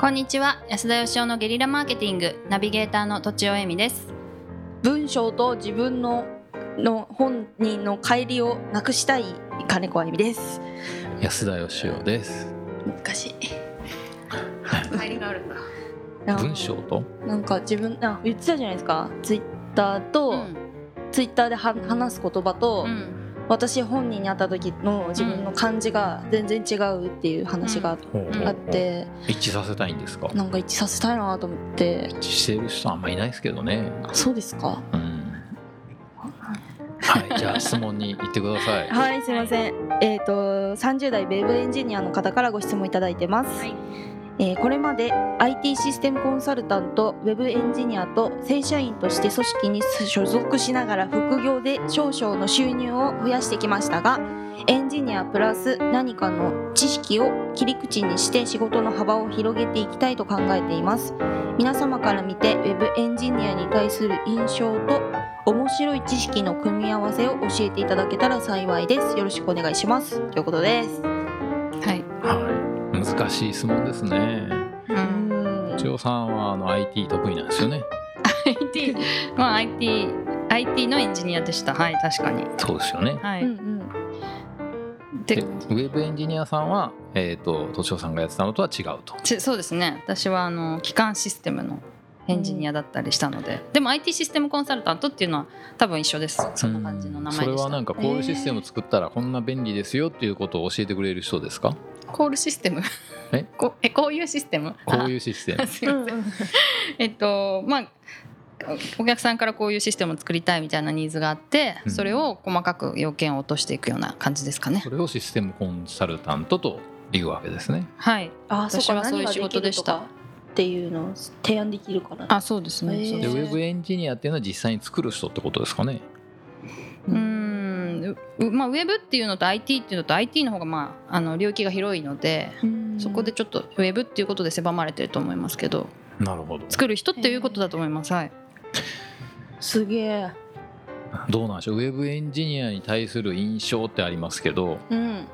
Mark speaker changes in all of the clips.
Speaker 1: こんにちは安田義生のゲリラマーケティングナビゲーターの土地尾恵美です
Speaker 2: 文章と自分のの本人の乖離をなくしたい金子あゆみです
Speaker 3: 安田義雄です。
Speaker 2: 難しい
Speaker 1: 帰りがあるんだ
Speaker 2: あの
Speaker 3: 文章と。
Speaker 2: なんか自分あ言ってたじゃないですかツイッターと、
Speaker 1: うん
Speaker 2: ツイッターでは話す言葉と、
Speaker 1: うん
Speaker 2: 私本人に会った時の自分の感じが全然違うっていう話が
Speaker 1: うん
Speaker 2: あっ。て、
Speaker 3: 一致させたいんですか。
Speaker 2: なんか一致させたいなと思って
Speaker 3: 一致している人はあんまいないですけどね。
Speaker 2: あそうですか
Speaker 3: うん。はい、じゃあ質問に行ってください。
Speaker 2: はいすいませんえっ、と30代ウェブエンジニアの方からご質問いただいてます、
Speaker 1: はい
Speaker 2: えーこれまで IT システムコンサルタントウェブエンジニアと正社員として組織に所属しながら副業で少々の収入を増やしてきましたがエンジニアプラス何かの知識を切り口にして仕事の幅を広げていきたいと考えています皆様から見てウェブエンジニアに対する印象と面白い知識の組み合わせを教えていただけたら幸いですよろしくお願いしますということです
Speaker 1: はい、
Speaker 3: はい。難しい質問ですね。
Speaker 1: う、
Speaker 2: うんん
Speaker 3: 千代さんはあの IT 得意なんですよね。
Speaker 1: IT まあ IT IT のエンジニアでしたはい確かに
Speaker 3: そうですよね。
Speaker 1: は
Speaker 2: う
Speaker 1: い、
Speaker 2: ん
Speaker 3: で、
Speaker 1: で
Speaker 3: ウェブエンジニアさんはえっ、ととちおさんがやってたのとは違うと。
Speaker 1: ちそうですね私はあの機関システムのエンジニアだったりしたので、でも IT システムコンサルタントっていうのは多分一緒ですそんな感じの名前
Speaker 3: そ
Speaker 1: で
Speaker 3: れ
Speaker 1: した
Speaker 3: はなんかこういうシステム作ったらこんな便利ですよっていうことを教えてくれる人ですか？
Speaker 1: コールシステム
Speaker 3: え
Speaker 1: こえこういうシステム
Speaker 3: こう
Speaker 1: う。
Speaker 3: いうシステム
Speaker 1: すいませんえっとまあお客さんからこういうシステムを作りたいみたいなニーズがあって、
Speaker 3: うん
Speaker 1: それを細かく要件を落としていくような感じですかね
Speaker 3: そ。れをシステムコンサルタントというわけですね。
Speaker 1: はい、
Speaker 2: あ
Speaker 1: 私はそういう仕事でした
Speaker 2: 何がきるとかっていうのを提案できるから
Speaker 1: あそうですね。
Speaker 2: へー
Speaker 1: そう
Speaker 3: で
Speaker 1: で
Speaker 3: ウ
Speaker 1: す
Speaker 3: ェブエンジニアっていうのは実際に作る人ってことですかね。
Speaker 1: うーんうまあ、ウェブっていうのと IT っていうのと IT の方が、まあ、あの領域が広いのでそこでちょっとウェブっていうことで狭まれてると思いますけど
Speaker 3: なるほど
Speaker 1: 作る人っていうことだと思います。はい、
Speaker 2: すげえ
Speaker 3: どうなんでしょうウェブエンジニアに対する印象ってありますけど、
Speaker 2: うん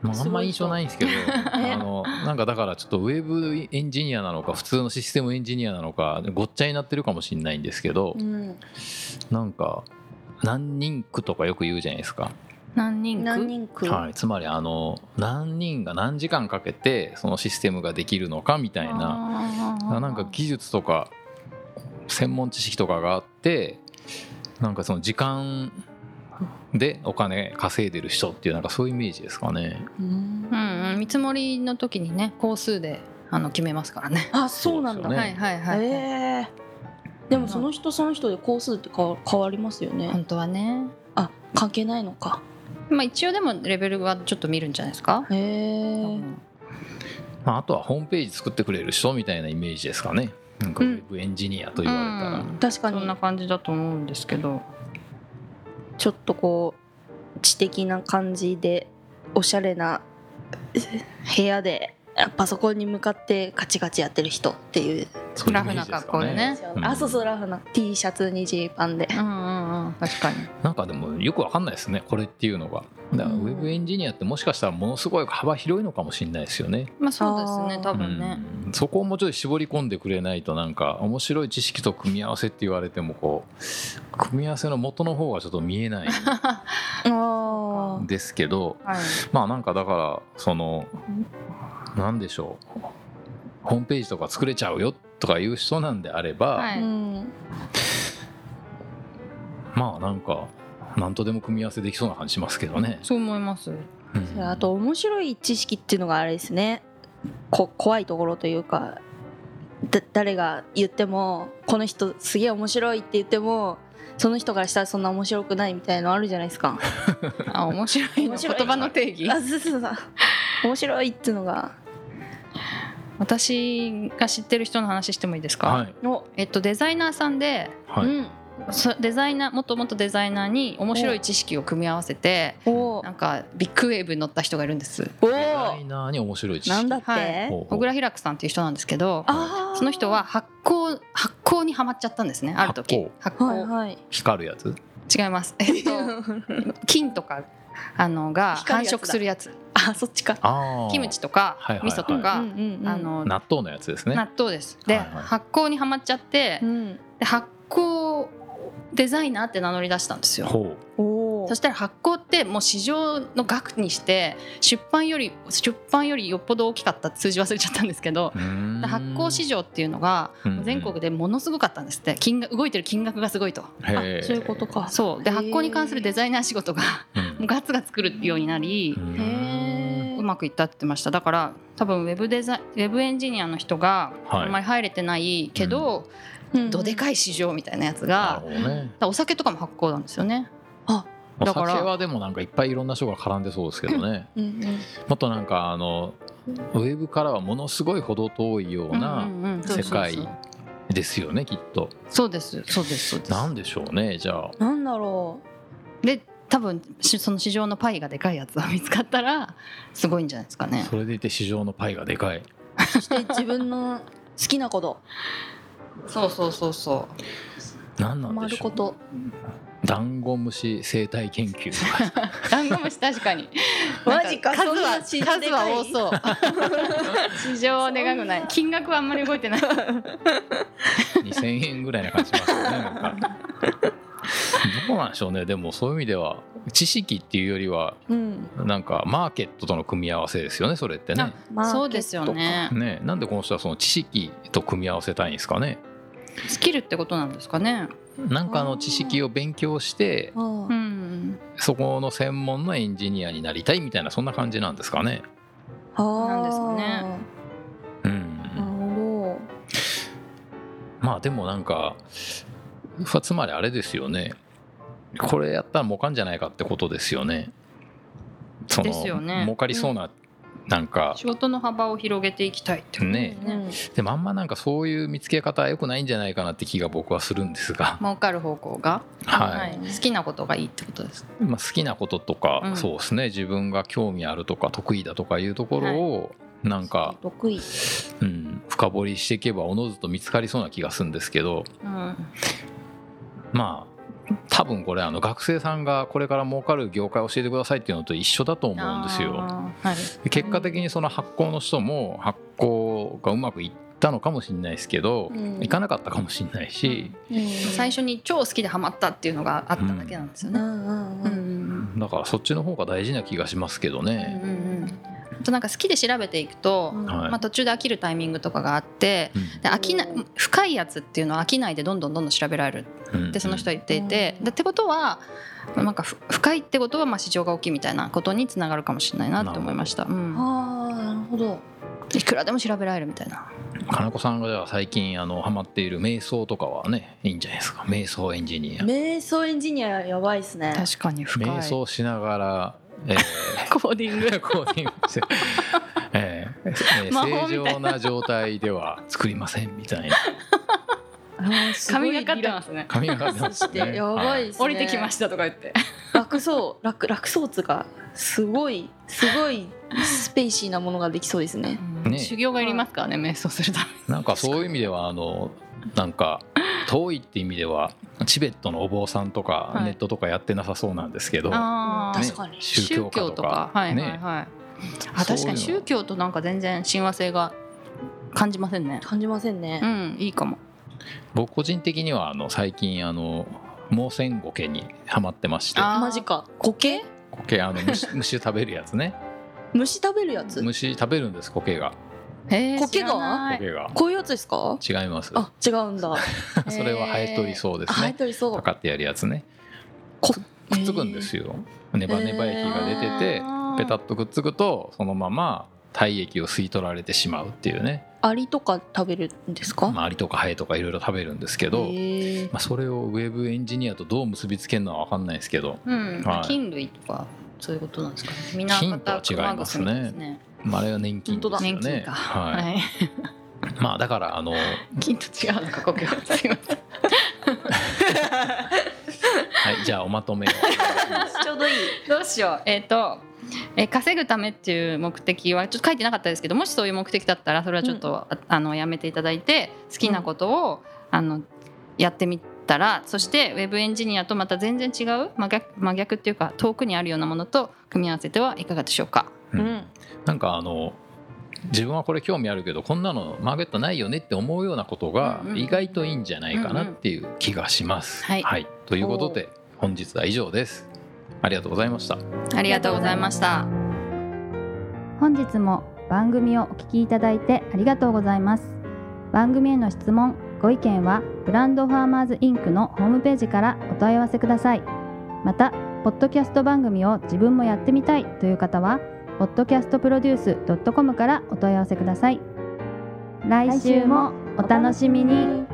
Speaker 3: まあ、あ
Speaker 2: すごい人
Speaker 3: んま印象ないんで すけどあのなんかだからちょっとウェブエンジニアなのか普通のシステムエンジニアなのかごっちゃになってるかもしれないんですけど
Speaker 2: うん
Speaker 3: なんか何人区とかよく言うじゃないですか、
Speaker 1: 何人
Speaker 2: 何人く
Speaker 3: はい、つまりあの何人が何時間かけてそのシステムができるのかみたいな。
Speaker 1: な
Speaker 3: あなんか技術とか専門知識とかがあってなんかその時間でお金稼いでる人っていうなんかそういうイメージですかね。
Speaker 2: うん
Speaker 1: うんうん、見積もりの時にね工数であの決めますからね。
Speaker 2: あそうなんだ
Speaker 3: そうですよね
Speaker 1: はいはいはい、
Speaker 2: へえでもその人その人で工数って変わ変わりますよね
Speaker 1: 本当はね、
Speaker 2: あ関係ないのか
Speaker 1: まあ、一応でもレベルはちょっと見るんじゃないですか、多
Speaker 2: へえ
Speaker 1: 分
Speaker 3: まあ、あとはホームページ作ってくれる人みたいなイメージですかね。なんかウ
Speaker 1: うん
Speaker 3: ェブエンジニアと言われたら、
Speaker 1: うん
Speaker 2: 確か
Speaker 1: そんな
Speaker 2: に
Speaker 1: 感じだと思うんですけど
Speaker 2: ちょっとこう知的な感じでおしゃれなえ部屋でパソコンに向かってガチガチやってる人っていう
Speaker 3: そういう
Speaker 1: ラ
Speaker 3: イメ
Speaker 1: フ
Speaker 3: ー
Speaker 1: な
Speaker 3: ジです
Speaker 1: 格好
Speaker 3: か
Speaker 1: で
Speaker 3: ね。
Speaker 1: ね。
Speaker 3: うん
Speaker 2: あそうそうラフな T シャツにジーパンで
Speaker 1: うんうんうん、確かに
Speaker 3: なんかでもよくわかんないですねこれっていうのが。だから
Speaker 2: う
Speaker 3: ウ
Speaker 2: ん
Speaker 3: ェブエンジニアってもしかしたらものすごい幅広いのかもしれないですよね。
Speaker 1: まあそうです
Speaker 2: あ
Speaker 1: ね
Speaker 2: ー
Speaker 1: 多分ね、
Speaker 3: うんそこをもうちょい絞り込んでくれないとなんか面白い知識と組み合わせって言われてもこう組み合わせの元の方がちょっと見えない
Speaker 2: あ
Speaker 3: んですけど
Speaker 1: はい、
Speaker 3: まあなんかだからその何でしょうホームページとか作れちゃうよとかいう人なんであれば、
Speaker 1: はい
Speaker 2: うん
Speaker 3: まあなんか何とでも組み合わせできそうな感じしますけどね。
Speaker 1: そう思います
Speaker 3: うん
Speaker 2: それあと面白い知識っていうのがあれですねこ怖いところというかだ誰が言ってもこの人すげえ面白いって言ってもその人からしたらそんな面白くないみたいのあるじゃないですか
Speaker 1: あ面白いの
Speaker 2: 面白い
Speaker 1: 言葉の定義
Speaker 2: あそうそうそう面白いっていうのが
Speaker 1: 私が知ってる人の話してもいいですか、
Speaker 3: はい
Speaker 2: の、
Speaker 1: えっとデザイナーさんで
Speaker 3: はい、
Speaker 2: うん
Speaker 1: そデザイナーもっともっとデザイナーに面白い知識を組み合わせて
Speaker 2: おー
Speaker 1: なんかビッグウェーブに乗った人がいるんです
Speaker 2: お
Speaker 3: デザイ
Speaker 2: ー
Speaker 3: ナーに面白い知
Speaker 2: なん
Speaker 3: 識
Speaker 2: だって、
Speaker 1: はい
Speaker 3: ほうほう
Speaker 1: 小倉ひらくさんっていう人なんですけど
Speaker 2: あー
Speaker 1: その人は発酵発酵にはまっちゃったんですねある時発
Speaker 3: 発
Speaker 1: 酵
Speaker 2: はいはい
Speaker 3: 光るやつ
Speaker 1: 違います。えっ と菌とかあのが繁
Speaker 2: 光るやつだ
Speaker 1: 殖するやつ、
Speaker 2: あそっちか
Speaker 3: あ ー
Speaker 1: キムチとか
Speaker 3: はいはいはい
Speaker 1: 味噌とか、あ
Speaker 2: あ
Speaker 1: の
Speaker 3: 納豆のやつですね
Speaker 1: 納豆です。で、
Speaker 3: はいはい
Speaker 1: 発酵にはまっちゃって、
Speaker 2: うん
Speaker 1: で発酵デザイナーって名乗り出したんですよ。
Speaker 3: ほ
Speaker 2: おお
Speaker 1: そしたら発行ってもう市場の額にして出版より出版よりよっぽど大きかった数字忘れちゃったんですけど
Speaker 3: ううーん
Speaker 1: 発行市場っていうのが
Speaker 3: うん
Speaker 1: 全国でものすごかったんですって金額動いてる金額がすごいと
Speaker 3: へー
Speaker 2: そういうことか
Speaker 1: そうで
Speaker 2: へー
Speaker 1: 発行に関するデザイナー仕事が
Speaker 3: うん
Speaker 1: もうガツガツ来るようになり
Speaker 3: う
Speaker 2: へ
Speaker 3: ん
Speaker 1: うまくいったって言ってましただから多分ウェブデザインウェブエンジニアの人が
Speaker 3: はい
Speaker 1: あんまり入れてないけど、
Speaker 2: え
Speaker 1: どでかい市場みたいなやつ
Speaker 3: なる
Speaker 1: が
Speaker 3: ほ。どね
Speaker 1: だからお酒とかも発行なんですよね。だ
Speaker 3: だ
Speaker 1: か
Speaker 3: からら酒はでもなんかいっぱいいろんな人が絡んでそうですけどね
Speaker 2: うんうん
Speaker 3: もっとなんかあのウェブからはものすごい程遠いような
Speaker 1: うんうんうんそう
Speaker 3: 世界
Speaker 1: そうそう
Speaker 3: ですよねきっと
Speaker 1: そうですそうですそうです。
Speaker 3: なんでしょうねじゃあ
Speaker 2: なんだろ
Speaker 1: で多分しその市場のパイがでかいやつが見つかったらすごいんじゃないですかね
Speaker 3: それでいて市場のパイがでかいう
Speaker 2: そして自分の好きなこと
Speaker 1: そうそうそうそう
Speaker 3: 何な
Speaker 2: ハ
Speaker 3: ん
Speaker 2: マ
Speaker 3: で
Speaker 2: る
Speaker 3: しょ
Speaker 2: こ
Speaker 3: う
Speaker 2: と
Speaker 3: ダンゴムシ生態研究
Speaker 1: ダンゴムシ確かに
Speaker 2: マジか
Speaker 1: なん数は
Speaker 2: そんな
Speaker 1: 数は多そう市場はでかくない金額はあんまり動いてない
Speaker 3: 2000円ぐらいな感じしますよねなんかどうなんでしょうねでもそういう意味では知識っていうよりは
Speaker 2: うん
Speaker 3: なんかマーケットとの組み合わせですよねそれってね
Speaker 1: そうですよね
Speaker 3: ねなんでこの人はその知識と組み合わせたいんですかね
Speaker 1: スキルってことなんですかね
Speaker 3: なんかあ
Speaker 2: あ
Speaker 3: の
Speaker 2: ー
Speaker 3: 知識を勉強して
Speaker 2: マー
Speaker 1: う
Speaker 2: ケットか
Speaker 1: ん
Speaker 3: そこの専門のエンジニアになりたいみたいなそんな感じなんですかね
Speaker 2: あー
Speaker 1: なんですかね
Speaker 3: うん
Speaker 2: なるほ
Speaker 3: まあでもなんかつまりあれですよねこれやったら儲かんじゃないかってことですよね。その
Speaker 1: ですよね
Speaker 3: 儲かりそうな、なんか
Speaker 1: 仕事の幅を広げていきたいってこと
Speaker 3: ね
Speaker 2: どうん
Speaker 3: でもあんまなんかそういう見つけ方は良くないんじゃないかなって気が僕はするんですが、
Speaker 1: 儲かる方向が、
Speaker 3: はい
Speaker 1: 好きなことがいいってことです
Speaker 3: まあ、好きなこととか、
Speaker 1: うん
Speaker 3: そうですね自分が興味あるとか得意だとかいうところをなんか、
Speaker 2: 得意
Speaker 3: うん、深掘りしていけばおのずと見つかりそうな気がするんですけど
Speaker 1: うん
Speaker 3: まあ多分これあの学生さんがこれから儲かる業界を教えてくださいっていうのと一緒だと思うんですよ。
Speaker 1: あーはい
Speaker 3: で結果的にその発行の人も発行がうまくいったのかもしれないですけど、
Speaker 2: うん
Speaker 3: いかなかったかもしれないし、
Speaker 1: 最初に超好きでハマったっていうのがあっただけなんですよ
Speaker 2: う
Speaker 1: ね。
Speaker 2: んう
Speaker 1: う
Speaker 2: んうん
Speaker 1: うんん
Speaker 3: だからそっちの方が大事な気がしますけど
Speaker 1: うん
Speaker 3: ね。
Speaker 1: うんあとなんか好きで調べていくと、
Speaker 2: うん
Speaker 3: はい
Speaker 1: まあ、途中で飽きるタイミングとかがあってで飽きない
Speaker 2: うん
Speaker 1: 深いやつっていうのは飽きないでどんどんどんどん調べられる
Speaker 3: うん
Speaker 1: ってその人は言っていて、
Speaker 2: うん
Speaker 1: でってことはなんかふ深いってことはまあ市場が大きいみたいなことにつながるかもしれないなって思いました、うん、
Speaker 2: ああなるほど
Speaker 1: いくらでも調べられるみたいな
Speaker 3: 金子さんがじゃあ最近あのハマっている瞑想とかはねいいんじゃないですか瞑想エンジニア。
Speaker 2: 瞑想エンジニアやばいですね
Speaker 1: 確かに深い
Speaker 3: 瞑想しながら、えー
Speaker 1: コーディ ング
Speaker 3: コーディングして、ええええ
Speaker 1: 魔法みたい
Speaker 3: 正常な状態では作りませんみたいな
Speaker 1: 髪がかってますね
Speaker 3: 髪が出ます
Speaker 2: で
Speaker 3: ね。
Speaker 2: やばい
Speaker 3: は
Speaker 2: ですね
Speaker 1: 降りてきましたとか言って
Speaker 2: た楽そう楽楽そうっつうかすごいすごいスペーシーなものができそうですね
Speaker 3: ね
Speaker 1: 修行がいりますからね瞑想するために
Speaker 3: いなんかそういう意味ではあのなんか遠いって意味ではチベットのお坊さんとか
Speaker 1: はい
Speaker 3: ネットとかやってなさそうなんですけど、
Speaker 1: あー
Speaker 2: 確かに
Speaker 3: 宗教家とか
Speaker 1: はいはい
Speaker 3: ね
Speaker 1: はい、
Speaker 3: そ
Speaker 1: あ
Speaker 3: う
Speaker 1: 確
Speaker 3: いうの
Speaker 1: かに宗教となんか全然親和性が感じませんね
Speaker 2: 感じませんね
Speaker 1: うんいいかも
Speaker 3: 僕個人的にはあの最近あの盲線ゴケにハマってまして
Speaker 1: あー
Speaker 2: マジか苔
Speaker 3: ゴケあの虫 虫食べるやつね
Speaker 2: 虫食べるやつ
Speaker 3: 虫食べるんですコケが
Speaker 1: へー
Speaker 2: 苔が
Speaker 1: 知らな
Speaker 3: コ
Speaker 1: い
Speaker 3: ケが
Speaker 2: こういうやつですか
Speaker 3: 違います
Speaker 2: あ違うんだ
Speaker 3: それはハエトリそうです
Speaker 2: 生え
Speaker 3: ね
Speaker 2: てりそう
Speaker 3: パカってやるやつねくっつくんですよ、ネバネバ液が出てて、
Speaker 1: あー
Speaker 3: ペタッとくっつくとそのまま体液を吸い取られてしまうっていうね
Speaker 2: アリとか食べるんですか、
Speaker 3: まあアリとかハエとかいろいろ食べるんですけど、
Speaker 2: へー
Speaker 3: まあ、それをウェブエンジニアとどう結びつけるのは分かんないですけど、
Speaker 1: うん、
Speaker 3: はい
Speaker 1: 菌類とかそういうことなんですかねみんな
Speaker 3: 菌とは違います
Speaker 1: また熊楠み
Speaker 3: ね
Speaker 1: たいですね
Speaker 3: まあ、あれは年金ですよ
Speaker 1: 年金
Speaker 3: ね。
Speaker 1: か、
Speaker 3: はい
Speaker 1: はい、
Speaker 3: まあだからあの
Speaker 1: 菌と違うのか苔はすいま せん
Speaker 3: はいじゃあおまとめ を
Speaker 2: ちょうどいい
Speaker 1: どうしようえっ、とえー稼ぐためっていう目的はちょっと書いてなかったですけどもしそういう目的だったらそれはちょっと、ああのやめていただいて好きなことを、あのやってみ
Speaker 2: ったらそしてウェブエンジニアとまた全然違う真逆真逆っていうか遠くにあるようなものと組み合わせてはいかがでしょうか
Speaker 3: うん
Speaker 4: うん
Speaker 3: なんかあの自分はこれ興味あるけどこんなのマーケットないよねって思うようなことが
Speaker 2: うんうん
Speaker 3: 意外といいんじゃないかなっていう気がします。
Speaker 2: はい
Speaker 3: ということで本日は以上です。ありがとうございました。
Speaker 2: ありがとうございました。
Speaker 1: 本日も番組をお聞きいただいてありがとうございます番組への質問ご意見はブランドファーマーズインクのホームページからお問い合わせくださいまたポッドキャスト番組を自分もやってみたいという方は podcastproduce.com からお問い合わせください来週もお楽しみに